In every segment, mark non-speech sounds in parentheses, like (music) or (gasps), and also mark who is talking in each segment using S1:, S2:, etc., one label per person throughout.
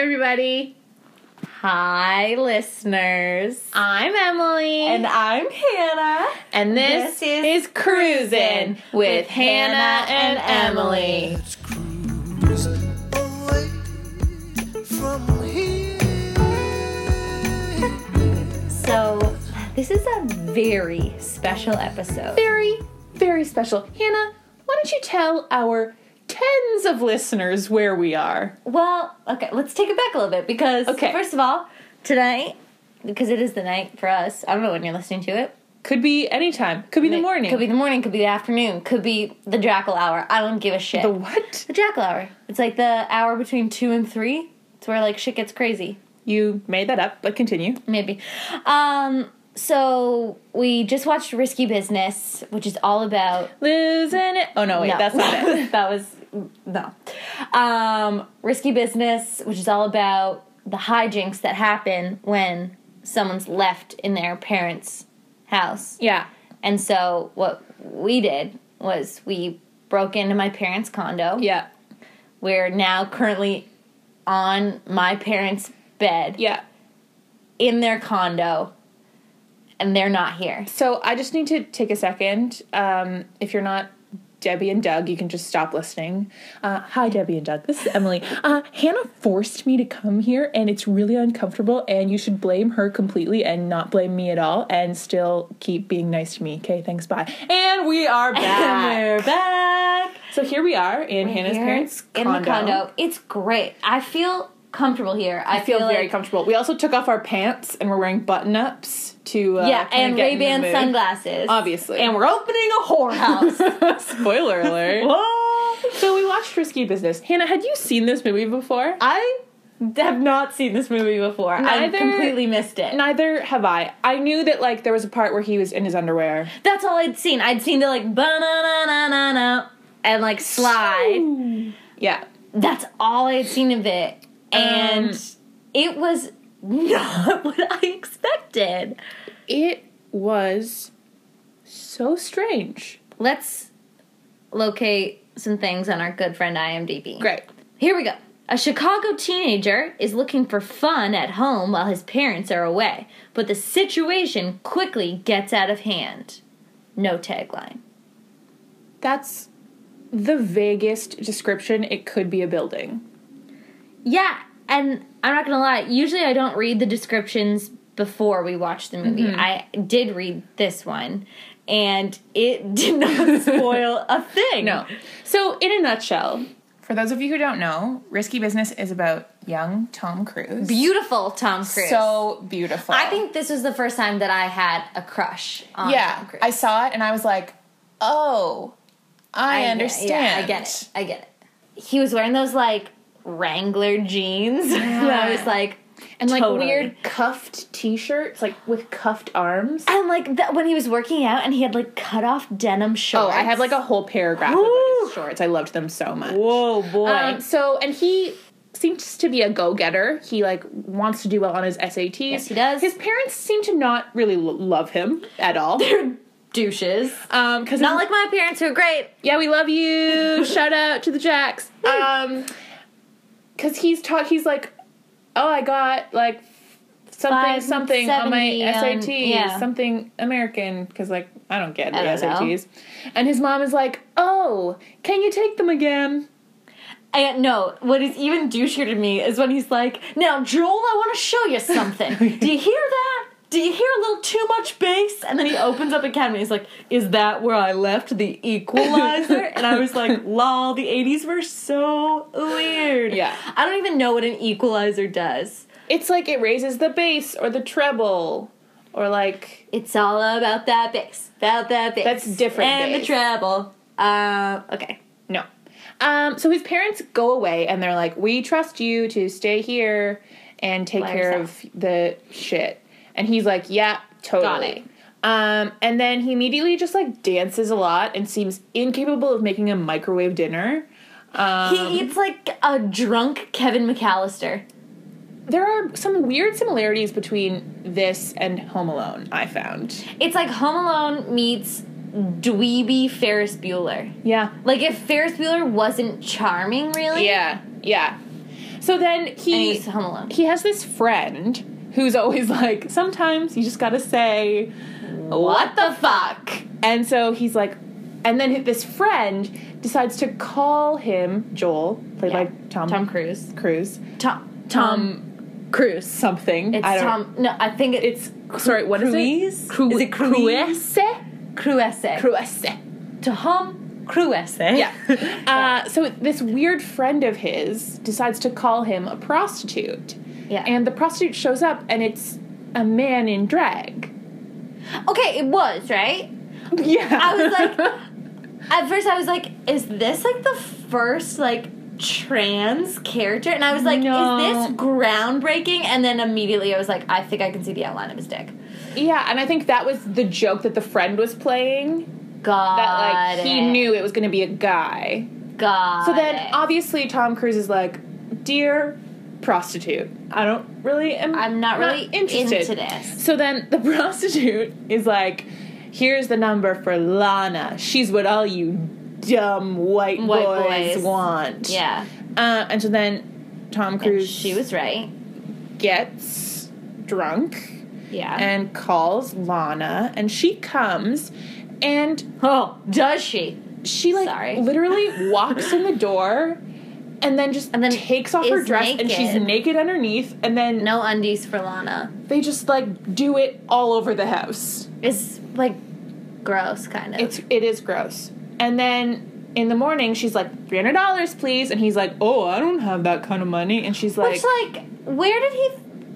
S1: everybody.
S2: Hi, listeners.
S1: I'm Emily.
S2: And I'm Hannah.
S1: And this,
S2: this is
S1: is, Cruisin' with Hannah and Emily.
S3: Let's cruise away from here.
S2: So, this is a very special episode.
S1: Very, very special. Hannah, why don't you tell our tens of listeners where we are?
S2: Well, okay, let's take it back a little bit because,
S1: Okay.
S2: first of all, tonight, because it is the night for us, I don't know when you're listening to it.
S1: Could be any time. Could be the morning.
S2: Could be the morning, could be the afternoon, could be the jackal hour. I don't give a shit.
S1: the
S2: The,
S1: (laughs) what?
S2: jackal hour. It's like the hour between two and three. It's where like shit gets crazy.
S1: You made that up, but continue.
S2: Maybe. Um, so we just watched Risky Business, which is all about
S1: Losing it. Oh no, wait,
S2: No.
S1: that's not (laughs) it.
S2: (laughs) that was no. Um, risky business, which is all about the hijinks that happen when someone's left in their parents' house.
S1: Yeah.
S2: And so what we did was we broke into my parents' condo.
S1: Yeah.
S2: We're now currently on my parents' bed
S1: Yeah.
S2: in their condo, and they're not here.
S1: So I just need to take a second. Um, if you're not Debbie and Doug, you can just stop listening. Uh, hi, Debbie and Doug. This is Emily. Uh, Hannah forced me to come here, and it's really uncomfortable. And you should blame her completely and not blame me at all, and still keep being nice to me. Okay, thanks. Bye. And we
S2: (laughs)
S1: are back.
S2: We're back.
S1: so here we are in Hannah's
S2: here
S1: parents'
S2: in
S1: condo.
S2: the condo. It's great. I feel comfortable here. I,
S1: I feel very
S2: like,
S1: comfortable. We also took off our pants, and we're wearing button ups to uh,
S2: Yeah,
S1: kinda
S2: and
S1: get
S2: Ray
S1: in the
S2: Ban
S1: mood.
S2: sunglasses.
S1: Obviously,
S2: and we're opening a (laughs) whorehouse.
S1: (laughs) Spoiler (laughs) alert. So we watched Risky Business. Hannah, had you seen this movie before?
S2: I have not seen this movie before. I
S1: Neither-
S2: completely missed it.
S1: Neither have I. I knew that like there was a part where he was in his underwear.
S2: That's all I'd seen. I'd seen the like banana and like slide.
S1: Yeah.
S2: That's all I'd seen of it, and
S1: Um,
S2: it was not (laughs) what I expected.
S1: It was so strange.
S2: Let's locate some things on our good friend IMDb.
S1: Great.
S2: Here we go. A Chicago teenager is looking for fun at home while his parents are away, but the situation quickly gets out of hand. No tagline.
S1: That's the vaguest description. It could be a building.
S2: Yeah, and I'm not gonna lie, usually I don't read the descriptions before we watch the movie.
S1: Mm-hmm.
S2: I did read this one, and it (laughs) did not spoil a thing.
S1: No. So, in a nutshell, for those of you who don't know, Risky Business is about young Tom Cruise.
S2: Beautiful Tom Cruise.
S1: So beautiful.
S2: I think this was the first time that I had a crush on
S1: Yeah,
S2: Tom Cruise.
S3: I saw it and I was like, oh,
S2: I
S3: I,
S2: get- yeah,
S3: understand.
S2: I get it. I get it. He was wearing those like Wrangler jeans. (laughs) and I was like,
S1: and like
S2: totally.
S1: weird cuffed t-shirts, like with cuffed arms.
S2: and like that when he was working out and he had like cut off denim shorts.
S1: Oh, I had like a whole paragraph about
S2: Woo.
S1: his shorts. I loved them so much.
S2: whoa boy.
S1: Um, so, and he seems to be a go-getter. He like wants to do well on his SATs.
S2: Yes, he does.
S1: His parents seem to not really l- love him at all.
S2: douches.
S1: Um, because
S2: Not like my parents who are great.
S1: yeah, we love
S2: (laughs)
S1: you. Shout out to the Jacks. Um, because he's taught. He's like, oh, I got like something
S2: Five,
S1: something on my
S2: 70 on-
S1: SATs,
S2: yeah.
S1: something American. Because like I don't get the
S2: I don't know.
S1: SATs. And his mom is like, oh, can you take them again?
S2: And no, what is even douchier to me is when he's like, "Now, Joel, I want to show
S1: (laughs)
S2: you something. Do you hear that? Do you hear a little too much bass?" And then he opens up a cabinet. He's like, "Is that where I left the equalizer?"
S1: (laughs)
S2: and I was like, "Lol, the '80s were so weird."
S1: Yeah.
S2: I don't even know what an equalizer does.
S1: It's like it raises the bass or the treble, or like
S2: It's all about that bass, about that bass.
S1: That's different
S2: And the
S1: bass.
S2: treble. Uh, okay.
S1: no. Um, so his parents go away and they're like, "We trust you to stay here and take
S2: By
S1: care
S2: yourself.
S1: of the shit." And he's like, "Yeah, totally." Um, and then he immediately just like dances a lot and seems incapable of making a microwave dinner. Um,
S2: He eats like a drunk Kevin McAllister.
S1: there are some weird similarities between this and Home Alone. I found.
S2: It's like Home Alone meets dweeby Ferris Bueller.
S1: Yeah.
S2: Like if Ferris Bueller wasn't charming, really.
S1: Yeah, yeah. So then
S2: And
S1: he
S2: he's home alone.
S1: he has this friend who's always like, sometimes you just gotta say,
S2: What the fuck?
S1: and so he's like, and then this friend decides to call him Joel, played
S2: Yeah.
S1: by Tom,
S2: Tom Cruise.
S1: Cruise,
S2: Tom.
S1: Tom Cruise something.
S2: It's
S1: I don't,
S2: Tom. No, I think it,
S1: It's sorry. What is
S2: Cruise?
S1: it?
S2: Cru-
S1: is it Cruise?
S2: Cruese.
S1: Cruise.
S2: (laughs) Tom Cruise.
S1: (laughs) Yeah. Uh, so this weird friend of his decides to call him a prostitute.
S2: Yeah.
S1: And the prostitute shows up, and it's a man in drag.
S2: okay, it was right.
S1: Yeah.
S2: I was like, (laughs) at first I was like, is this like the first like trans character? And I was like,
S1: No.
S2: is this groundbreaking? And then immediately I was like, I think I can see the outline of his dick.
S1: yeah, and I think that was the joke that the friend was playing.
S2: God,
S1: That like he
S2: it.
S1: knew it was going to be a guy.
S2: God.
S1: So then,
S2: it.
S1: obviously, Tom Cruise is like, "Dear prostitute, I don't really am.
S2: I'm not really into this.
S1: So then, (laughs) the prostitute is like, "Here's the number for Lana. She's what all you dumb white,
S2: White
S1: boys,
S2: boys.
S1: want."
S2: yeah,
S1: Uh, and so then, Tom
S2: And
S1: Cruise
S2: she was right.
S1: gets drunk
S2: Yeah.
S1: and calls Lana, and she comes, and
S2: oh, does she?
S1: she like
S2: Sorry.
S1: literally
S2: (laughs)
S1: walks in the door and then just
S2: And then
S1: takes off her
S2: is
S1: dress and she's
S2: naked.
S1: naked underneath and then
S2: No undies for Lana.
S1: they just like do it all over the house
S2: It's like gross, kind of.
S1: it's it is gross and then in the morning she's like $300 please and he's like oh i don't have that kind of money and she's like,
S2: Which, like, where did he?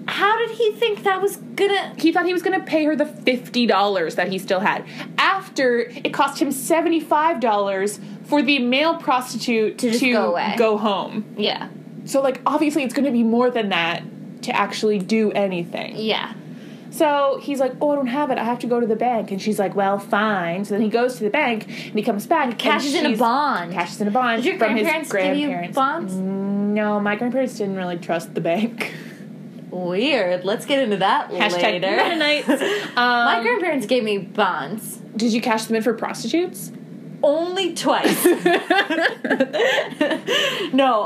S2: How did he think that was gonna?
S1: he thought he was going to pay her the $50 that he still had after it cost him $75 for the male prostitute
S2: To just go away.
S1: go home
S2: Yeah,
S1: So like obviously it's going to be more than that to actually do anything.
S2: yeah.
S1: So he's like, "Oh, I don't have it. I have to go to the bank." And she's like, "Well, fine." So then he goes to the bank and he comes back and
S2: Cashes in a
S1: she's-
S2: bond.
S1: Cashes in a bond
S2: Did your
S1: from
S2: grandparents
S1: his
S2: give you
S1: grandparents.
S2: bonds?
S1: No, my grandparents didn't really trust the bank. (laughs)
S2: Weird. Let's get into that
S1: Hashtag
S2: later. (laughs)
S1: Mennonites. Um,
S2: My grandparents gave me bonds
S1: did you cash them in for prostitutes?
S2: only twice.
S1: (laughs)
S2: no,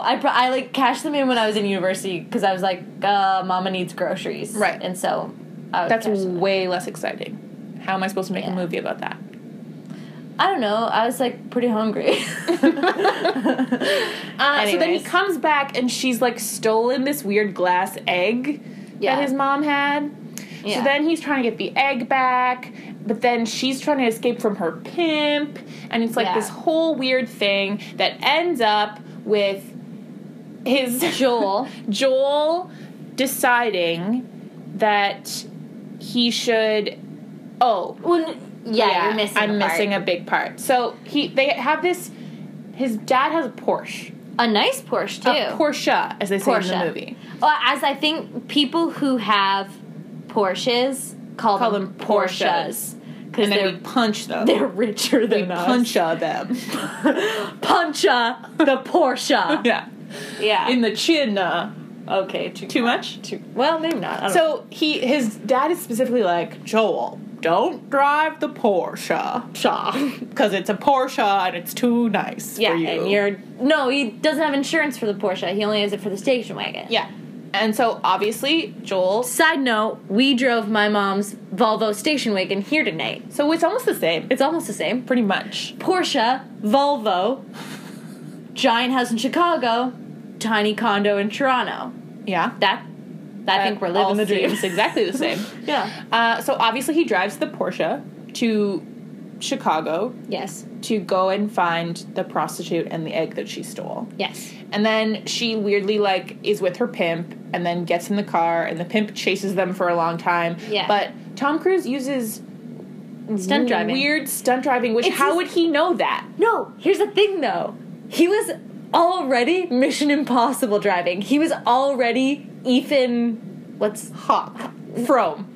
S2: I pro- I like cashed them in when I was in university because I was like, uh, Mama needs groceries,
S1: Right.
S2: And so I would
S1: That's
S2: cash them in.
S1: way less exciting. How am I supposed to make
S2: Yeah.
S1: a movie about that?
S2: I don't know. I was like
S1: (laughs)
S2: pretty hungry. (laughs)
S1: Uh, so then he
S2: Anyways.
S1: comes back and she's like stolen this weird glass egg
S2: Yeah.
S1: that his mom had.
S2: Yeah.
S1: So then he's trying to get the egg back, but then she's trying to escape from her pimp, and it's like
S2: Yeah.
S1: this whole weird thing that ends up with his
S2: Joel.
S1: (laughs) Joel deciding that he should oh
S2: Well, n- yeah, you're missing.
S1: I'm
S2: a part.
S1: missing a big part. So he they have this his dad has a Porsche.
S2: a nice Porsche too.
S1: A Porsche, as they say in
S2: Porsche.
S1: the movie.
S2: Well, as I think people who have Porsches call,
S1: Call
S2: them
S1: them
S2: Porsches because
S1: And then
S2: they're
S1: we punch them.
S2: (laughs) they're richer
S1: (laughs) we
S2: than us. (laughs)
S1: puncha them.
S2: Puncha the
S1: (laughs)
S2: Porsche.
S1: yeah.
S2: yeah.
S1: In the chin. uh,
S2: okay. Too,
S1: Too much?
S2: too. Well, maybe not. I don't
S1: So he his dad is specifically like, Joel, don't drive the Porsche. (laughs) Because it's a Porsche and it's too nice
S2: Yeah,
S1: for you.
S2: and you're no. He doesn't have insurance for the Porsche. He only has it for the station wagon.
S1: Yeah. And so obviously Joel
S2: Side note: We drove my mom's Volvo station wagon here tonight.
S1: so it's almost the same. It's
S2: It's almost the same.
S1: pretty much.
S2: Porsche, Volvo, giant house in Chicago, tiny condo in Toronto.
S1: Yeah.
S2: That, I think we're
S1: All
S2: living the
S1: seems
S2: dreams.
S1: (laughs) exactly the
S2: (laughs)
S1: same.
S2: yeah.
S1: Uh, so obviously he drives the Porsche to Chicago
S2: Yes.
S1: to go and find the prostitute and the egg that she stole.
S2: Yes.
S1: And then she weirdly like is with her pimp and then gets in the car and the pimp chases them for a long time.
S2: Yeah.
S1: But Tom Cruise uses
S2: Stunt driving.
S1: Weird stunt driving, which
S2: It's
S1: how
S2: his-
S1: would he know that?
S2: No. Here's the thing, though. He was already Mission Impossible driving. He was already Ethan. What's (laughs)
S1: Hawk. From.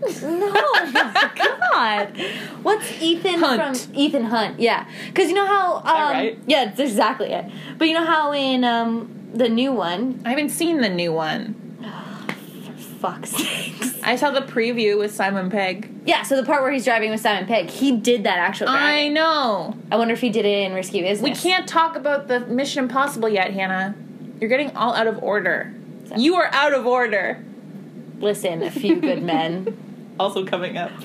S2: no? my God. What's Ethan
S1: Hunt.
S2: from Ethan Hunt? Yeah. Because you know how. Um,
S1: that right?
S2: Yeah, that's exactly it. But you know how in um, the new one,
S1: I haven't seen the new one.
S2: (laughs) fuck's sakes.
S1: I saw the preview with Simon Pegg.
S2: Yeah, so the part where he's driving with Simon Pegg, he did that actual
S1: I
S2: driving.
S1: know.
S2: I, wonder if he did it in Risky Business.
S1: We can't talk about the Mission Impossible yet, Hannah. You're getting all out of order. You are out of order.
S2: Listen, a few
S1: (laughs)
S2: good men.
S1: Also coming up.
S2: (laughs)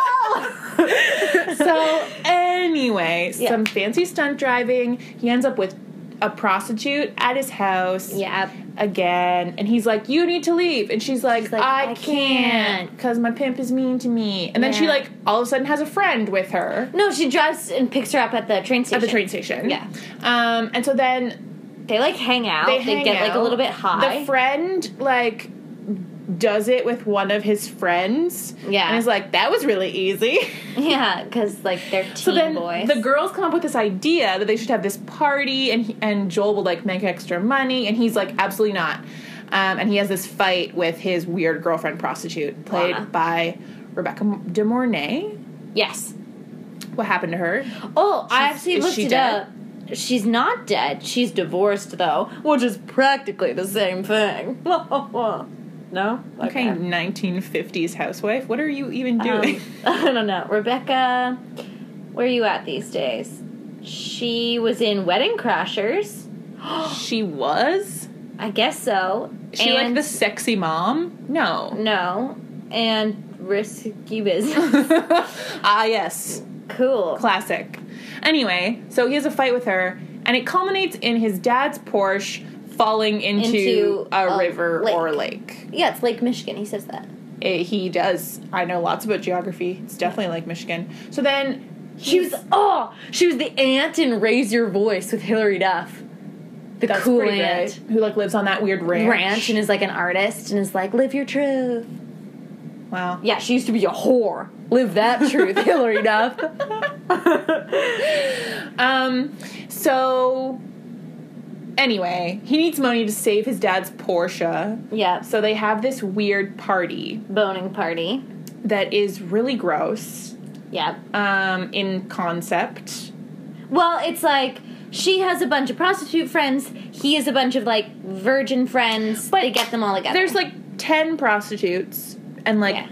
S2: Whoa!
S1: so anyway,
S2: Yeah.
S1: some fancy stunt driving. He ends up with a prostitute at his house.
S2: yeah.
S1: Again, and he's like, "You need to leave," and she's like,
S2: She's like,
S1: "I,
S2: "I
S1: can't,
S2: can't."
S1: because my pimp is mean to me." And then she
S2: Yeah.
S1: like all of a sudden has a friend with her
S2: No, she drives and picks her up at the train station.
S1: at the train station.
S2: Yeah.
S1: Um, and so then
S2: They like hang out. They,
S1: hang
S2: get like a
S1: out.
S2: little bit high.
S1: The friend like does it with one of his friends.
S2: Yeah.
S1: and is like, "That was really easy."
S2: (laughs) yeah, because like they're teen
S1: so then
S2: boys.
S1: the girls come up with this idea that they should have this party, and he, and Joel will like make extra money, and he's like, "Absolutely not." Um, and he has this fight with his weird girlfriend prostitute, played
S2: Lana.
S1: by Rebecca De Mornay.
S2: yes.
S1: What happened to her?
S2: Oh, I
S1: She's-
S2: actually
S1: is
S2: looked
S1: she
S2: it
S1: dead?
S2: up. She's not dead. She's divorced though, which is practically the same thing. (laughs) no.
S1: Okay, 1950s housewife. What are you even doing?
S2: (gasps) Um, (laughs) I don't know, Rebecca. Where are you at these days? She was in Wedding Crashers.
S1: she was.
S2: I guess so.
S1: She like
S2: And-
S1: the sexy mom? No.
S2: No, and Risky
S1: (laughs)
S2: Business. (laughs)
S1: ah, yes.
S2: cool.
S1: Classic. Anyway, so he has a fight with her, and it culminates in his dad's Porsche falling into,
S2: Into
S1: a,
S2: a
S1: river
S2: lake.
S1: or lake.
S2: Yeah, it's Lake Michigan. He says that.
S1: It- he does. I know lots about geography. It's definitely like Michigan. So then
S2: She was oh, she was the aunt in Raise Your Voice with Hilary Duff. The
S1: that's
S2: cool
S1: pretty
S2: aunt.
S1: great, who like lives on that weird ranch.
S2: Ranch and is like an artist and is like, live your truth.
S1: Wow.
S2: Yeah, she used to be a whore. Live that (laughs) truth, Hillary Duff.
S1: Um. So. Anyway, he needs money to save his dad's Porsche.
S2: Yeah, so
S1: So they have this weird party
S2: boning party.
S1: that is really gross
S2: Yeah.
S1: um, in concept.
S2: Well, it's like she has a bunch of prostitute friends. He has a bunch of like virgin friends. But they get them all together.
S1: There's like 10 prostitutes and like
S2: Yeah.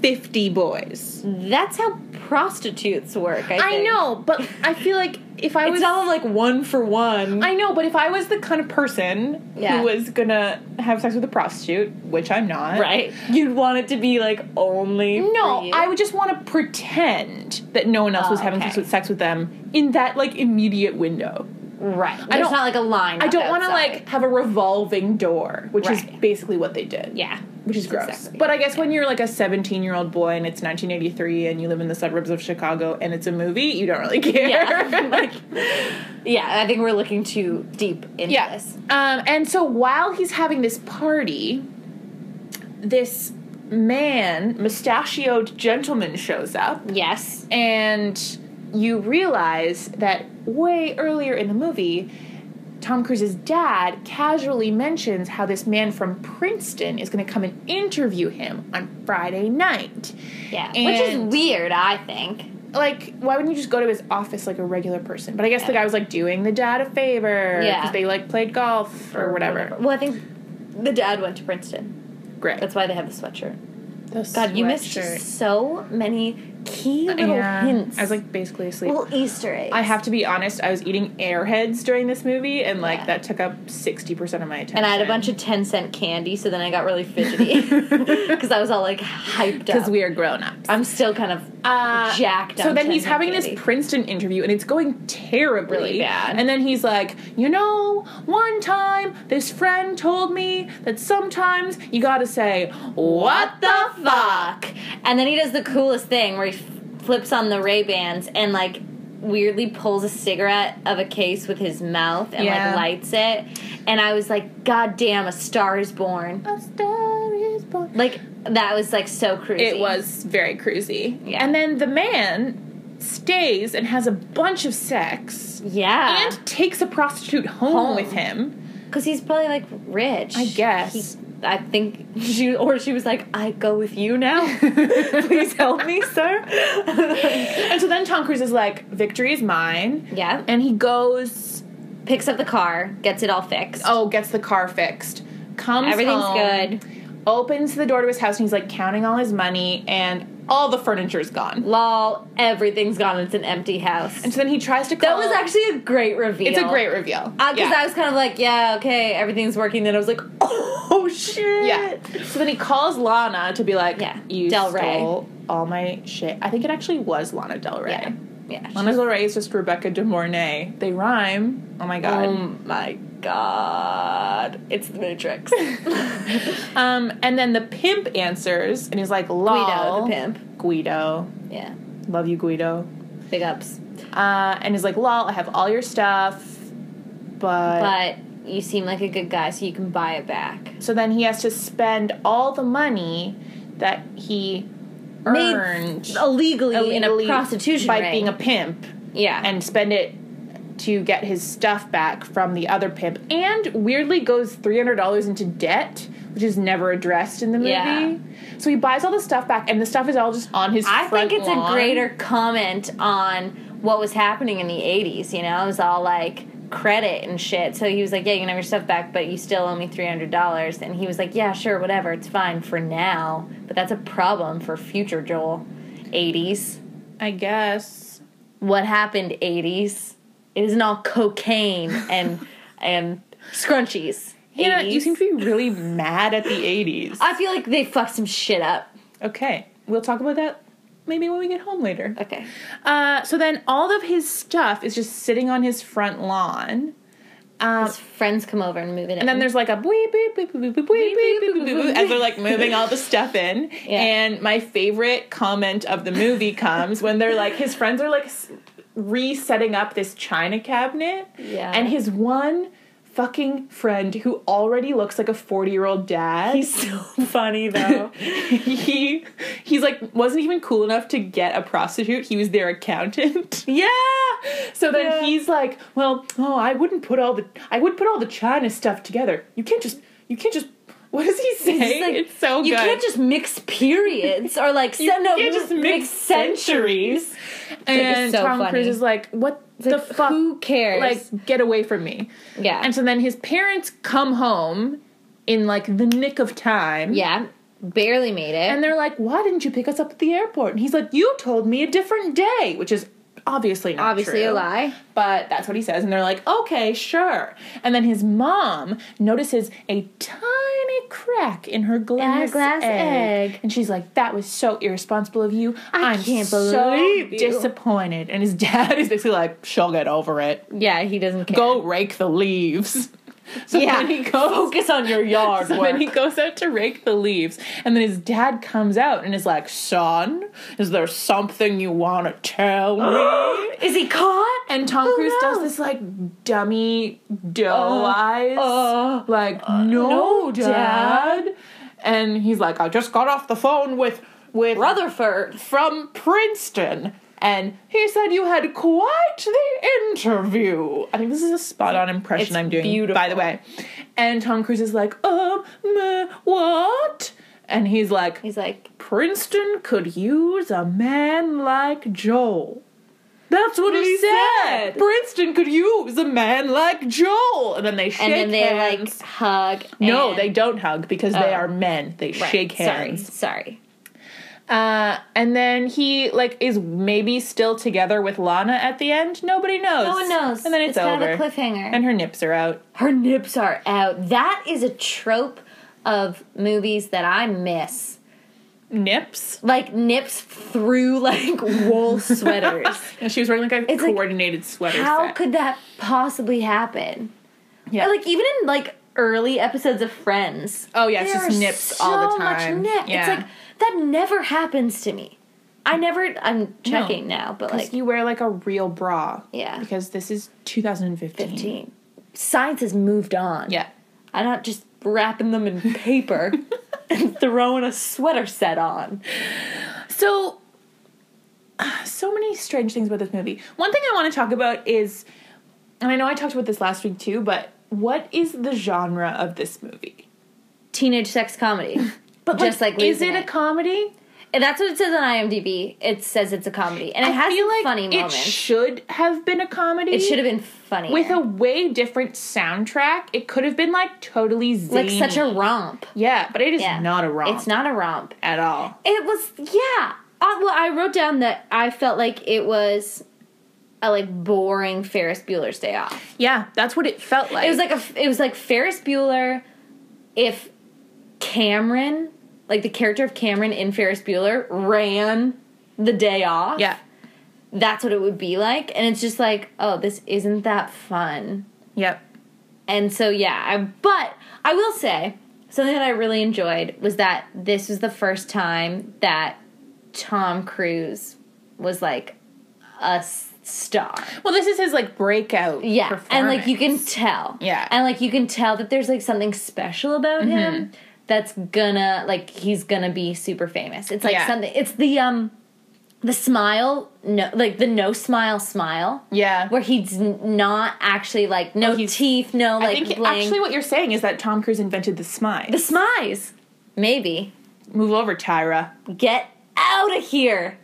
S1: 50 boys.
S2: that's how prostitutes work. I,
S1: I
S2: think.
S1: know, but I feel like if I
S2: It's
S1: was.
S2: not like one for one.
S1: I know, but if I was the kind of person
S2: Yeah.
S1: who was gonna have sex with a prostitute, which I'm not.
S2: right? You'd want it to be like only.
S1: No, I would just want to pretend that no one else
S2: Oh,
S1: was having
S2: okay.
S1: sex, with, sex with them in that like immediate window.
S2: right. There's
S1: don't-
S2: not like a line.
S1: I
S2: up
S1: don't want to
S2: outside.
S1: like have a revolving door, which is
S2: Right.
S1: basically what they did.
S2: Yeah,
S1: which is gross.
S2: Exactly.
S1: But I guess when you're like a 17 year old boy and it's 1983 and you live in the suburbs of Chicago and it's a movie, you don't really care. (laughs)
S2: Yeah. (laughs) Like- yeah, I think we're looking too deep into
S1: yeah.
S2: this.
S1: Um, and so while he's having this party, this man, mustachioed gentleman, shows up,
S2: Yes.
S1: and you realize that way earlier in the movie. Tom Cruise's dad casually mentions how this man from Princeton is going to come and interview him on Friday night.
S2: Yeah. Which is
S1: And-
S2: weird, I think.
S1: like why wouldn't you just go to his office like a regular person but i guess the guy was like doing the dad a favor
S2: Yeah.
S1: because they like played golf or whatever
S2: Well, I think the dad went to Princeton.
S1: great
S2: That's why they have the sweatshirt.
S1: The
S2: God, you missed
S1: sweatshirt.
S2: so many key little
S1: Uh, Yeah.
S2: hints.
S1: i was like basically asleep
S2: little Easter eggs.
S1: i have to be honest i was eating airheads during this movie and like
S2: Yeah.
S1: that took up 60% of my attention
S2: And I had a bunch of 10 cent candy, so then I got
S1: (laughs)
S2: really fidgety. (laughs) Because I was all like hyped up.
S1: because we are grown-ups
S2: I'm still kind of
S1: Uh,
S2: jacked
S1: So
S2: on
S1: then he's
S2: Chinese
S1: having
S2: candy.
S1: this Princeton interview, and it's going terribly
S2: Really bad.
S1: And then he's like, you know, one time this friend told me that sometimes you gotta say, "What the fuck?"
S2: And then he does the coolest thing where he f- flips on the Ray Bans and like weirdly pulls a cigarette of a case with his mouth and
S1: Yeah.
S2: like lights it. And I was like, God damn, a star is born.
S1: A star is born.
S2: Like that was like so crazy.
S1: It was very cruisy.
S2: Yeah.
S1: And then the man stays and has a bunch of sex
S2: Yeah.
S1: and takes a prostitute home,
S2: Home.
S1: with him.
S2: Because he's probably like rich.
S1: I guess.
S2: He- I think she or she was like, I go with you
S1: (laughs)
S2: now. Please help me, sir.
S1: And so then Tom Cruise is like, "Victory is mine."
S2: yeah. And
S1: And he goes
S2: picks up the car, gets it all fixed.
S1: oh, gets the car fixed. Comes
S2: everything's
S1: home,
S2: good.
S1: Opens the door to his house and he's like counting all his money and all the furniture's gone.
S2: Lol, everything's gone. It's an empty house.
S1: And so then he tries to
S2: that
S1: call.
S2: was actually a Uh, great reveal.
S1: It's a great reveal.
S2: because
S1: yeah.
S2: I was kind of like, yeah, okay, everything's working. Then I was like, (laughs) oh shit.
S1: Yeah. So then he calls Lana to be like,
S2: Yeah,
S1: you
S2: Del Rey.
S1: stole all my shit. I think it actually was Lana Del Rey.
S2: Yeah. Yeah.
S1: Lana Del Rey is just Rebecca De Mornay. They rhyme. Oh my god.
S2: oh my god, it's
S1: (laughs)
S2: the Matrix.
S1: Um, and then the pimp answers, and he's like,
S2: Guido,
S1: "Lol,
S2: the pimp.
S1: Guido,
S2: Yeah.
S1: love you, Guido."
S2: Big ups.
S1: Uh, and he's like, "Lol, I have all your stuff, but,
S2: But you seem like a good guy, so you can buy it back.
S1: so then he has to spend all the money that he
S2: Made
S1: earned illegally
S2: illegally Oh, in a prostitution
S1: by
S2: ring.
S1: being a pimp,
S2: yeah
S1: and spend it." To get his stuff back from the other pimp, and weirdly goes three hundred dollars into debt, which is never addressed in the movie.
S2: Yeah.
S1: So he buys all the stuff back, and the stuff is all just on his.
S2: I
S1: front
S2: think it's
S1: lawn.
S2: a greater comment on what was happening in the 80s, you know? It was all like credit and shit. So he was like, Yeah, you can have your stuff back, but you still owe me $300. And he was like, Yeah, sure, whatever. It's fine for now. But that's a problem for future Joel. 80s.
S1: I guess.
S2: What happened, 80s? It isn't all cocaine
S1: (laughs)
S2: and and scrunchies.
S1: Hannah, you
S2: 80s.
S1: seem to be really mad at the
S2: (laughs)
S1: 80s.
S2: I feel like they fucked some shit up.
S1: Okay, we'll talk about that maybe when we get home later.
S2: Okay.
S1: Uh, so then all of his stuff is just sitting on his front lawn. Um,
S2: His friends come over and move it in.
S1: and then there's like a boop, boop, boop, boop, boop, boop, boop, boop, boop, boop, boop, as they're like moving all the stuff (laughs) in.
S2: Yeah.
S1: And my favorite comment of the movie comes when they're like, his friends are like s- resetting up this china cabinet.
S2: Yeah.
S1: And his one fucking friend who already looks like a 40 year old dad.
S2: He's
S1: (laughs)
S2: so funny though.
S1: he he's like wasn't even cool enough to get a prostitute. He was their accountant. (laughs)
S2: yeah.
S1: So then
S2: Yeah.
S1: he's like, "Well, oh, I wouldn't put all the I would put all the China stuff together. You can't just you can't just what does he say?
S2: It's just like,
S1: it's so
S2: you
S1: good.
S2: can't just mix periods or
S1: (laughs)
S2: like
S1: You
S2: sen- no,
S1: can't just mix
S2: centuries.
S1: and
S2: so
S1: Tom
S2: funny.
S1: Cruise is like, "What the
S2: Like,
S1: fuck?
S2: Who cares?
S1: Like, get away from me."
S2: yeah,
S1: And so then his parents come home in like the nick of time.
S2: yeah, barely made it.
S1: And they're like, why didn't you pick us up at the airport? And he's like, you told me a different day, which is obviously not
S2: obviously
S1: true.
S2: a lie.
S1: But that's what he says. And they're like, okay, sure. And then his mom notices a tiny crack in her glass,
S2: glass egg.
S1: And she's like, that was so irresponsible of you.
S2: I
S1: am
S2: can't
S1: so
S2: believe you."
S1: disappointed. And his (laughs) dad is basically like, she'll get over it.
S2: Yeah, he doesn't care.
S1: Go rake the leaves. (laughs) So
S2: Yeah.
S1: then he goes
S2: focus on your yard
S1: (laughs) so
S2: work.
S1: then he goes out to rake the leaves, and then his dad comes out and is like, "Son, is there something you want to tell
S2: (gasps)
S1: me?"
S2: is he caught?
S1: and Tom Cruise
S2: Oh, no.
S1: does this like dummy doe eyes,
S2: uh,
S1: like, "No,
S2: no,
S1: dad. and he's like, "I just got off the phone with with
S2: Rutherford.
S1: from Princeton." And he said you had quite the interview. I think this is a spot on impression
S2: It's
S1: I'm doing, by the
S2: beautiful.
S1: way. And Tom Cruise is like, um, uh, what? And he's like,
S2: He's like,
S1: Princeton could use a man like Joel. That's what he,
S2: He
S1: said.
S2: said.
S1: Princeton could use a man like Joel. And then they shake
S2: and then they
S1: hands.
S2: like hug.
S1: no,
S2: and-
S1: they don't hug because they
S2: Oh.
S1: are men. They
S2: Right,
S1: shake hands.
S2: Sorry, sorry.
S1: Uh, and then he like is maybe still together with Lana at the end. Nobody knows.
S2: No one knows.
S1: And then it's,
S2: kind
S1: over.
S2: of a cliffhanger.
S1: and her nips are out.
S2: her nips are out. That is a trope of movies that I miss.
S1: Nips.
S2: like nips through (laughs)
S1: (laughs)
S2: like wool sweaters.
S1: And she was wearing like a
S2: It's like,
S1: coordinated sweater.
S2: How
S1: set.
S2: could that possibly happen?
S1: Yeah.
S2: Like even in like early episodes of Friends.
S1: Oh, yeah, it's
S2: there
S1: just
S2: are
S1: nips all the time.
S2: Much nip.
S1: Yeah.
S2: It's like that never happens to me. I never. I'm checking now, but
S1: Because
S2: like
S1: you wear like a real bra.
S2: Yeah.
S1: Because this is 2015.
S2: 15. Science has moved on.
S1: Yeah.
S2: I'm not just wrapping them in
S1: (laughs)
S2: paper and throwing a sweater set on.
S1: So, ah, so many strange things about this movie. One thing I want to talk about is, and I know I talked about this last week too, but what is the genre of this movie?
S2: Teenage sex comedy. But just like,
S1: is
S2: losing
S1: it a comedy?
S2: And that's what it says on IMDb. It says it's a comedy, and it has
S1: feel like
S2: funny
S1: it
S2: moments.
S1: should have been a comedy.
S2: it should have been funny
S1: with a way different soundtrack. It could have been like totally
S2: like
S1: zany.
S2: such a romp.
S1: yeah, but it is
S2: Yeah,
S1: not a romp.
S2: It's not a romp.
S1: at all.
S2: It was yeah. Uh, well, I wrote down that I felt like it was a like boring Ferris Bueller's Day Off.
S1: Yeah, that's what it felt like.
S2: It was like a f- it was like Ferris Bueller if Cameron, like the character of Cameron in Ferris Bueller, ran the day off.
S1: yeah,
S2: that's what it would be like, and it's just like, oh, this isn't that fun.
S1: yep.
S2: And so yeah, I, but I will say something that I really enjoyed was that this was the first time that Tom Cruise was like a s- star.
S1: Well, this is his like breakout.
S2: Yeah, and like you
S1: performance.
S2: can tell.
S1: Yeah. Mm-hmm.
S2: and like you can tell that there's like something special about him that's gonna like he's gonna be super famous. It's like
S1: Yeah.
S2: something. It's the um, the smile no like the no smile smile.
S1: Yeah.
S2: Where he's n- not actually like no
S1: he's-
S2: teeth, no like
S1: I think
S2: bling.
S1: actually what you're saying is that Tom Cruise invented the smile.
S2: The Smize. Maybe.
S1: Move over, Tyra.
S2: (laughs) Get out of here,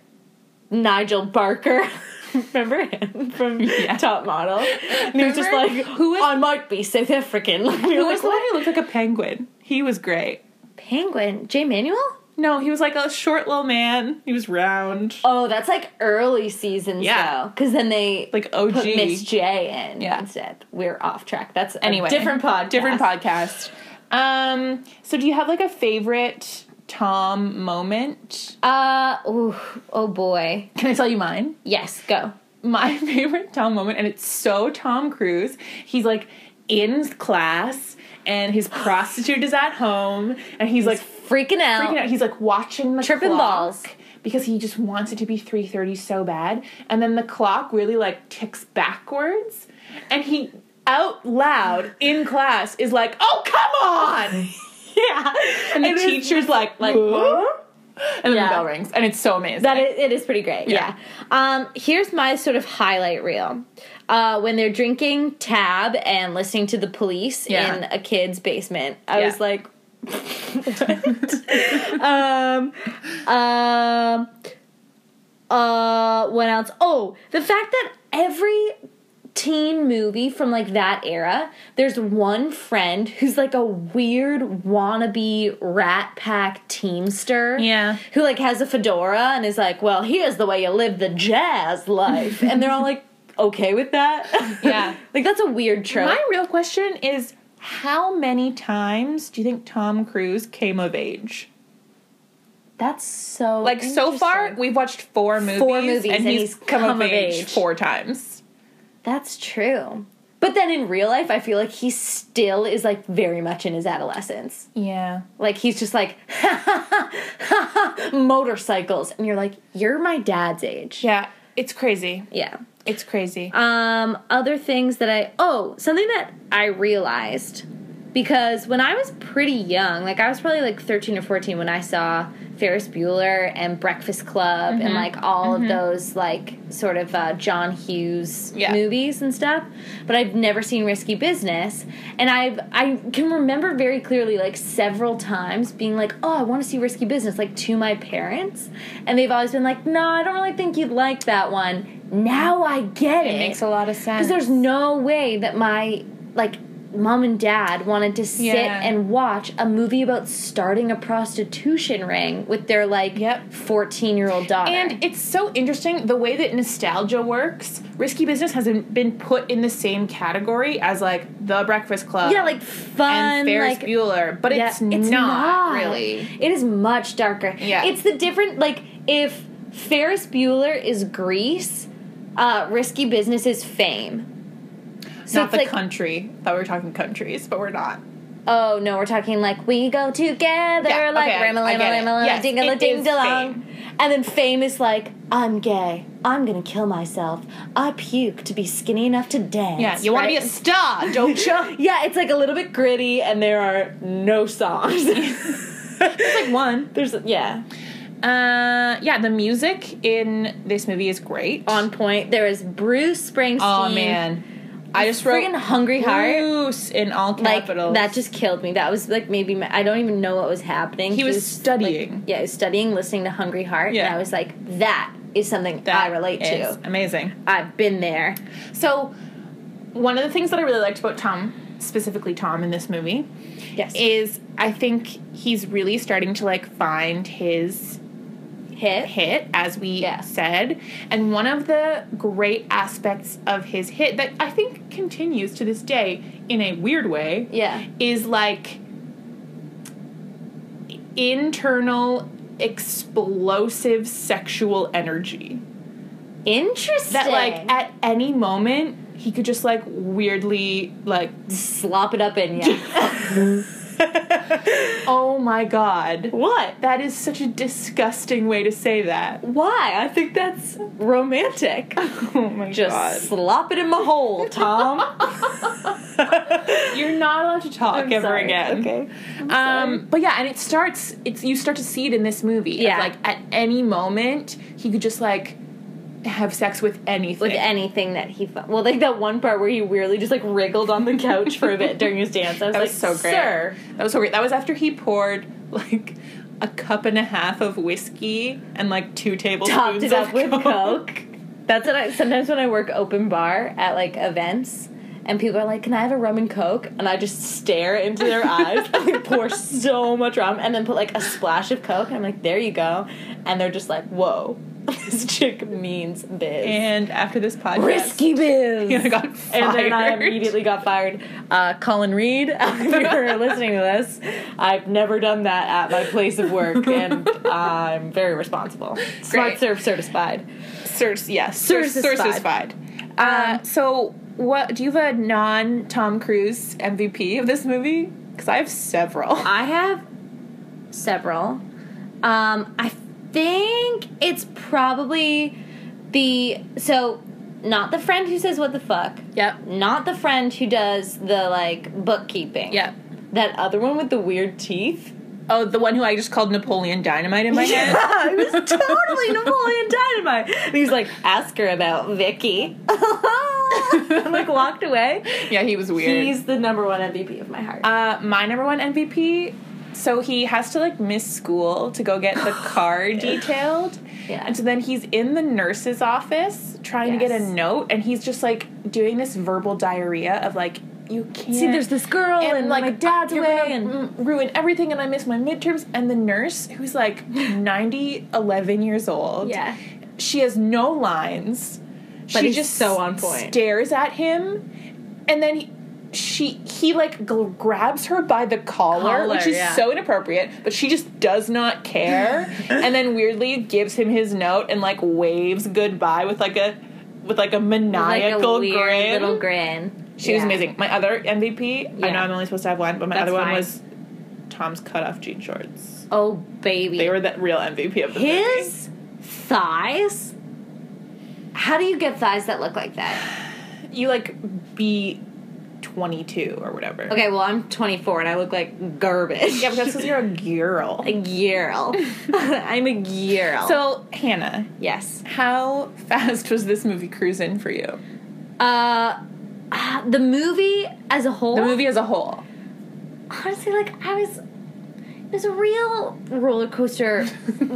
S2: Nigel Barker. (laughs) Remember him from Top Model? (laughs) And he was just like,
S1: Remember?
S2: "Who is- I might be South African." (laughs) Like, we
S1: Who
S2: were
S1: was
S2: like,
S1: the one who looked like a penguin? He was great.
S2: Penguin? J. Manuel?
S1: No, he was like a short little man. He was round.
S2: Oh, that's like early seasons
S1: Yeah.
S2: though. Because then they
S1: Like
S2: put
S1: OG.
S2: Miss J in
S1: Yeah.
S2: instead. We're off track. That's a
S1: Anyway,
S2: different
S1: (laughs)
S2: pod.
S1: Different podcast. Um, so do you have like a favorite Tom moment?
S2: Uh, ooh, oh boy.
S1: Can I tell you mine?
S2: Yes, go.
S1: my (laughs) favorite Tom moment, and it's so Tom Cruise. He's like in class, and his prostitute is at home, and he's, like
S2: Freaking out.
S1: freaking out. He's like watching the
S2: Tripping
S1: clock
S2: balls.
S1: because he just wants it to be three thirty so bad, and then the clock really like ticks backwards, and he out loud in class is like, "Oh come (laughs) on!"
S2: Yeah.
S1: And the
S2: It is-
S1: teacher's like, like. "Huh?" And then
S2: Yeah.
S1: the bell rings, and it's so amazing.
S2: That is, it is pretty great.
S1: Yeah.
S2: Yeah. Um, here's my sort of highlight reel. Uh, when they're drinking tab and listening to the police
S1: Yeah.
S2: in a kid's basement, I
S1: Yeah.
S2: was like, (laughs) what? um, um, uh, what else? Oh, the fact that every teen movie from like that era, there's one friend who's like a weird wannabe Rat Pack teamster.
S1: Yeah.
S2: Who like has a fedora and is like, "Well, here's the way you live the jazz life." and they're all like (laughs) okay with that.
S1: Yeah.
S2: (laughs) like that's a weird trope.
S1: My real question is how many times do you think Tom Cruise came of age?
S2: that's so
S1: Like so far,
S2: interesting.
S1: we've watched four movies,
S2: movies
S1: and, he's, come, of, age, four times.
S2: That's true. But then in real life, I feel like he still is like very much in his adolescence.
S1: Yeah.
S2: Like he's just like (laughs) motorcycles, and you're like, you're my dad's age.
S1: Yeah. It's crazy.
S2: Yeah.
S1: It's crazy.
S2: Um, other things that I oh something that I realized because when I was pretty young, like I was probably like thirteen or fourteen when I saw Ferris Bueller and Breakfast Club and like all of those like sort of uh, John Hughes
S1: Yeah.
S2: movies and stuff. But I've never seen Risky Business, and I've I can remember very clearly like several times being like, oh, I want to see Risky Business like to my parents, and they've always been like, no, I don't really think you'd like that one. Now I get it.
S1: it makes a lot of sense.
S2: Because there's no way that my like mom and dad wanted to sit
S1: Yeah.
S2: and watch a movie about starting a prostitution ring with their like
S1: Yep.
S2: 14 year old daughter.
S1: and it's so interesting the way that nostalgia works. Risky Business hasn't been put in the same category as like The Breakfast Club.
S2: yeah, like fun,
S1: and Ferris
S2: like
S1: Bueller, but
S2: yeah,
S1: it's, not really.
S2: It is much darker.
S1: Yeah.
S2: it's the different. Like if Ferris Bueller is Greece, uh, Risky Business is Fame. So
S1: not
S2: it's
S1: the
S2: like,
S1: country. Thought we were talking countries, but we're not.
S2: oh no, we're talking like we go together,
S1: Yeah,
S2: like
S1: okay, I-
S2: ramma
S1: I
S2: lamma
S1: get it.
S2: lamma
S1: Yes,
S2: ding a
S1: it
S2: ding
S1: is
S2: dong.
S1: fame.
S2: And then fame is like, I'm gay. I'm gonna kill myself. I puke to be skinny enough to dance.
S1: Yeah, you want to be a
S2: right?
S1: star, don't (laughs) you?
S2: yeah, it's like a little bit gritty, and there are
S1: (laughs)
S2: no songs. There's like
S1: One.
S2: There's yeah.
S1: Uh, yeah, the music in this movie is great.
S2: on point. There is Bruce Springsteen.
S1: oh man, I just wrote
S2: friggin' Hungry Heart.
S1: Bruce in all
S2: Like
S1: capitals.
S2: that just killed me. That was like maybe my, I don't even know what was happening.
S1: He was
S2: like-
S1: studying.
S2: yeah, he was studying, listening to Hungry Heart, and
S1: Yeah.
S2: I was like, that is something
S1: That
S2: I relate
S1: is
S2: to.
S1: Amazing.
S2: I've been there.
S1: So, one of the things that I really liked about Tom, specifically Tom in this movie,
S2: Yes,
S1: is I think he's really starting to like find his
S2: Hit.
S1: hit, as we
S2: Yeah.
S1: said. And one of the great aspects of his hit that I think continues to this day in a weird way
S2: Yeah.
S1: is like internal explosive sexual energy.
S2: Interesting.
S1: That like at any moment he could just like weirdly
S2: (laughs)
S1: like
S2: slop it up
S1: (laughs)
S2: in yeah.
S1: oh my god.
S2: what?
S1: That is such a disgusting way to say
S2: (laughs)
S1: that.
S2: Why? I think that's romantic.
S1: Oh my
S2: Just slop it in my
S1: (laughs)
S2: hole, Tom.
S1: You're not allowed to talk
S2: (laughs) I'm
S1: ever
S2: sorry.
S1: again.
S2: Okay.
S1: Um, but yeah, and it starts. It's you start to see it in this movie. of,
S2: Yeah.
S1: like at any moment he could just like have sex with anything.
S2: With anything that he felt. Well, like that one part where he weirdly just like wriggled on the couch for a bit during his dance. I was
S1: that
S2: like,
S1: was so great.
S2: Sir.
S1: That was so great. That was after he poured like a cup and a half of whiskey and like two tablespoons
S2: Topped it up
S1: of
S2: with Coke. That's what I sometimes when I work open bar at like events and people are like, Can I have a rum and coke? And I just stare
S1: (laughs)
S2: into their eyes and like pour so much rum and then put like a splash of coke and I'm like, There you go and they're just like, Whoa, (laughs) this chick means biz.
S1: And after this podcast,
S2: (laughs) Risky biz.
S1: And I got
S2: And then I
S1: fired.
S2: immediately got fired. Uh, Colin Reed, (laughs) if you're listening to this, I've never done that at my place of (laughs) work, and I'm very responsible. Smart
S1: Great.
S2: Surf certified.
S1: Sirs, yes,
S2: Sirs is
S1: Sirs is fine. Uh, so, what do you have a non Tom Cruise MVP of this movie? Because I have several.
S2: I have several. Um, I think it's probably the so not the friend who says what the fuck.
S1: Yep.
S2: Not the friend who does the like bookkeeping.
S1: Yep.
S2: That other one with the weird teeth.
S1: Oh, the one who I just called Napoleon Dynamite in my
S2: (laughs)
S1: head.
S2: it was totally Napoleon Dynamite. And he's like, ask her about Vicky. (laughs) and like walked away.
S1: Yeah, he was weird.
S2: He's the number one MVP of my heart.
S1: uh, my number one MVP. So he has to like miss school to go get
S2: (sighs)
S1: the car detailed.
S2: Yeah.
S1: And so then he's in the nurse's office trying to get a
S2: Yes.
S1: note, and he's just like doing this verbal diarrhea of like, you can't.
S2: See, there's this girl, and, like my dad's
S1: you're
S2: away,
S1: gonna
S2: and
S1: m- ruin everything, and I miss my midterms. And the nurse, who's
S2: (laughs)
S1: like 90, 11 years old,
S2: Yeah.
S1: she has no lines.
S2: But
S1: she
S2: he's
S1: just
S2: so on point.
S1: Stares at him, and then he, she he like gl- grabs her by the collar,
S2: Collar,
S1: which is
S2: yeah.
S1: so inappropriate. But she just does not
S2: (laughs)
S1: care, and then weirdly gives him his note and like waves goodbye with like a with like a
S2: like a
S1: maniacal
S2: weird
S1: grin.
S2: little grin.
S1: She was
S2: Yeah.
S1: amazing. My other MVP, I
S2: Yeah.
S1: know I'm only supposed to have one, but my
S2: That's
S1: other one
S2: fine.
S1: was Tom's cutoff jean shorts.
S2: Oh baby,
S1: They were the real MVP of the movie.
S2: his thighs. How do you get thighs that look like that?
S1: You like be 22 or whatever.
S2: Okay, well I'm 24 and I look like garbage.
S1: Yeah, but
S2: (laughs)
S1: that's because you're a girl. (laughs)
S2: a girl. (laughs) I'm a girl.
S1: So Hannah,
S2: yes.
S1: how fast was this movie cruising for you?
S2: Uh, ah, the movie as a whole.
S1: The movie as a whole.
S2: honestly, like I was, it was a real
S1: (laughs)
S2: roller coaster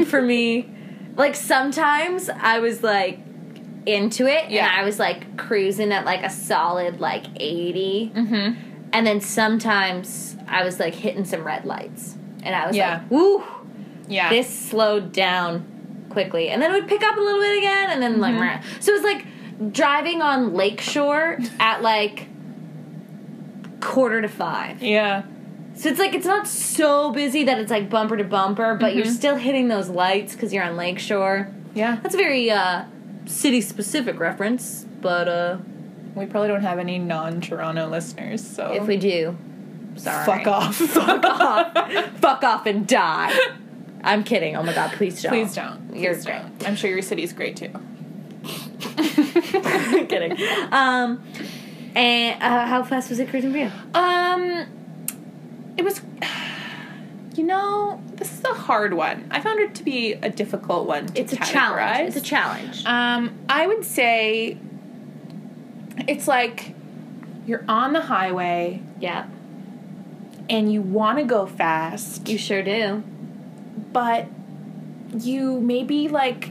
S2: for me. Like sometimes I was like into it,
S1: Yeah.
S2: and I was like cruising at like a solid like 80
S1: Mm.
S2: and then sometimes I was like hitting some red lights, and I was
S1: Yeah.
S2: like, "Woo!"
S1: Yeah.
S2: This slowed down quickly, and then it would pick up a little bit again, and then
S1: Mm-hmm.
S2: like meh. so it was like driving on Lakeshore at like quarter to five.
S1: Yeah.
S2: So it's like it's not so busy that it's like bumper to bumper, but
S1: Mm-hmm.
S2: you're still hitting those lights because you're on Lakeshore.
S1: Yeah.
S2: That's a very uh, city specific reference, but uh,
S1: We probably don't have any non-Toronto listeners, so
S2: if we do, sorry.
S1: fuck off.
S2: Fuck off. Fuck off and die. I'm kidding. Oh my god, please
S1: (laughs)
S2: don't.
S1: Please don't.
S2: You're
S1: Please don't. I'm sure your city's great too.
S2: I'm (laughs) kidding. Um, and uh, how fast was it cruising for you?
S1: Um, it was, (sighs) you know, this is a hard one. I found it to be a difficult one. To
S2: It's a
S1: categorize.
S2: challenge. It's a challenge.
S1: Um, I would say it's like you're on the highway
S2: yeah,
S1: and you want to go fast,
S2: you sure do.
S1: but you maybe like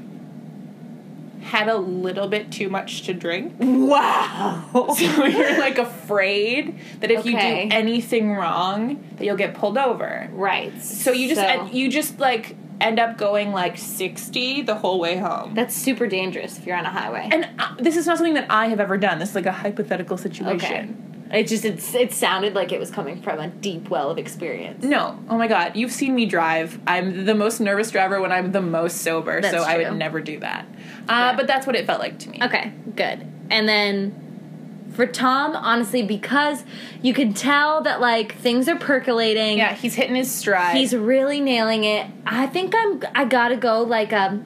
S1: had a little bit too much to drink. (laughs)
S2: (laughs) Wow.
S1: So you're like afraid that if you
S2: Okay.
S1: do anything wrong, that you'll get pulled over.
S2: right.
S1: So you just and you just like end up going like 60 the whole way home.
S2: That's super dangerous if you're on a highway.
S1: And uh, this is not something that I have ever done. This is like a hypothetical situation.
S2: It just it's, it sounded like it was coming from a deep well of experience.
S1: No. Oh my god, you've seen me drive. I'm the most nervous driver when I'm the most sober,
S2: That's
S1: so I
S2: true.
S1: would never do that. Uh,
S2: Yeah.
S1: But that's what it felt like to me.
S2: Okay, good. And then for Tom, honestly, because you can tell that like things are percolating.
S1: Yeah, he's hitting his stride.
S2: He's really nailing it. I think I'm I gotta go like um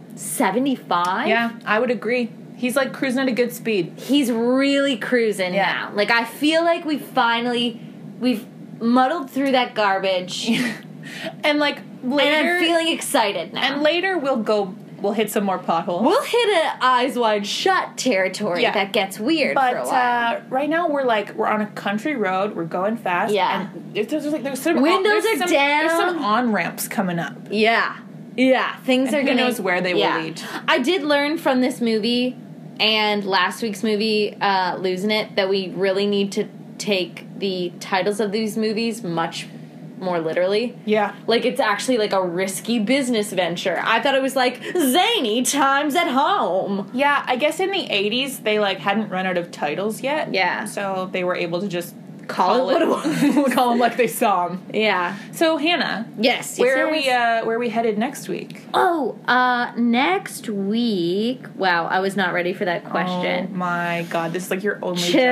S2: 75.
S1: yeah, I would agree. He's like cruising at a good speed. (laughs)
S2: He's really cruising
S1: Yeah.
S2: now. Like I feel like we finally we've muddled through that garbage.
S1: And like later
S2: and I'm feeling excited now.
S1: and later we'll go we'll hit some more potholes.
S2: We'll hit an eyes wide shut territory
S1: Yeah.
S2: that gets weird
S1: But
S2: for a while.
S1: uh, right now we're like we're on a country road. We're going fast.
S2: Yeah.
S1: And there's, there's like there's some
S2: Windows
S1: there's
S2: are
S1: some, There's some
S2: down.
S1: on ramps coming up.
S2: yeah, yeah, things
S1: And
S2: are
S1: who
S2: gonna.
S1: knows where they will lead.
S2: I did learn from this movie and last week's movie, uh, losing it, that we really need to take the titles of these movies much more literally.
S1: Yeah.
S2: Like it's actually like a risky business venture. I thought it was like zany times at home.
S1: Yeah. I guess in the '80s they like hadn't run out of titles yet.
S2: Yeah.
S1: So they were able to just
S2: Call it what it
S1: (laughs)
S2: was.
S1: call them like they saw them.
S2: (laughs) Yeah.
S1: So Hannah,
S2: Yes.
S1: where
S2: yes,
S1: are
S2: yes.
S1: we? Uh, where are we headed next week?
S2: Oh, uh, next week. Wow, I was not ready for that
S1: Oh
S2: question.
S1: my God! This is like your only
S2: chill,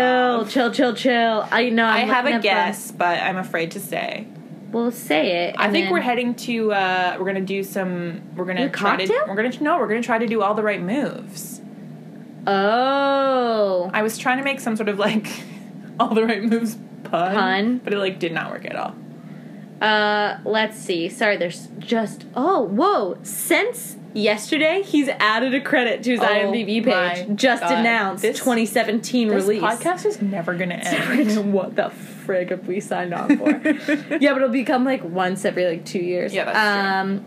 S1: job.
S2: chill, chill, chill. I know.
S1: I
S2: I'm
S1: have
S2: looking
S1: a
S2: up
S1: guess, but I'm afraid to say.
S2: a- we'll say it.
S1: I
S2: and
S1: think
S2: then-
S1: we're heading to. Uh, we're gonna do some. We're gonna
S2: Your
S1: try
S2: cocktail?
S1: to. We're gonna no. We're gonna try to do all the right moves.
S2: Oh,
S1: I was trying to make some sort of like (laughs) all the right moves pun,
S2: Pun?
S1: but it like did not work at all.
S2: uh, let's see. Sorry, there's just. Oh, whoa! Since yesterday, he's added a credit to his
S1: Oh
S2: IMDb page.
S1: my
S2: Just
S1: God.
S2: announced
S1: This-
S2: 2017
S1: This
S2: release.
S1: podcast is never gonna
S2: (laughs) I
S1: end.
S2: don't know what the frig have we signed
S1: (laughs)
S2: on for? yeah, but it'll become like once every like two years.
S1: Yeah, that's
S2: um,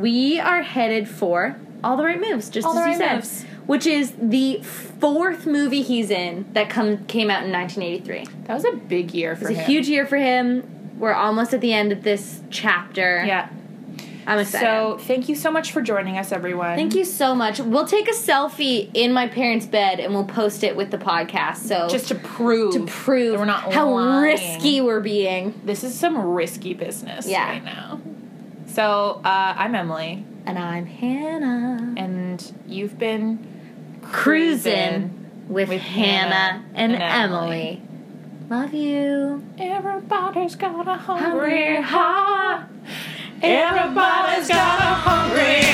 S2: We are headed for all the right moves, just
S1: All
S2: as
S1: the Right
S2: you said,
S1: Moves.
S2: which is the fourth movie he's in that come came out in 1983.
S1: that was a big year for
S2: It's a
S1: him.
S2: huge year for him. We're almost at the end of this chapter.
S1: Yeah.
S2: I'm excited.
S1: So thank you so much for joining us, everyone.
S2: Thank you so much. We'll take a selfie in my parents' bed and we'll post it with the podcast. So
S1: Just to prove
S2: to prove
S1: that we're not
S2: how
S1: lying.
S2: risky we're being.
S1: This is some risky business
S2: Yeah.
S1: right now. So uh, I'm Emily,
S2: And I'm Hannah.
S1: and you've been
S2: Cruising with,
S1: with
S2: Hannah,
S1: Hannah
S2: and,
S1: and
S2: Emily.
S1: Emily.
S2: Love you.
S1: Everybody's got a
S2: Hungry
S1: hungry heart. Everybody's got a hungry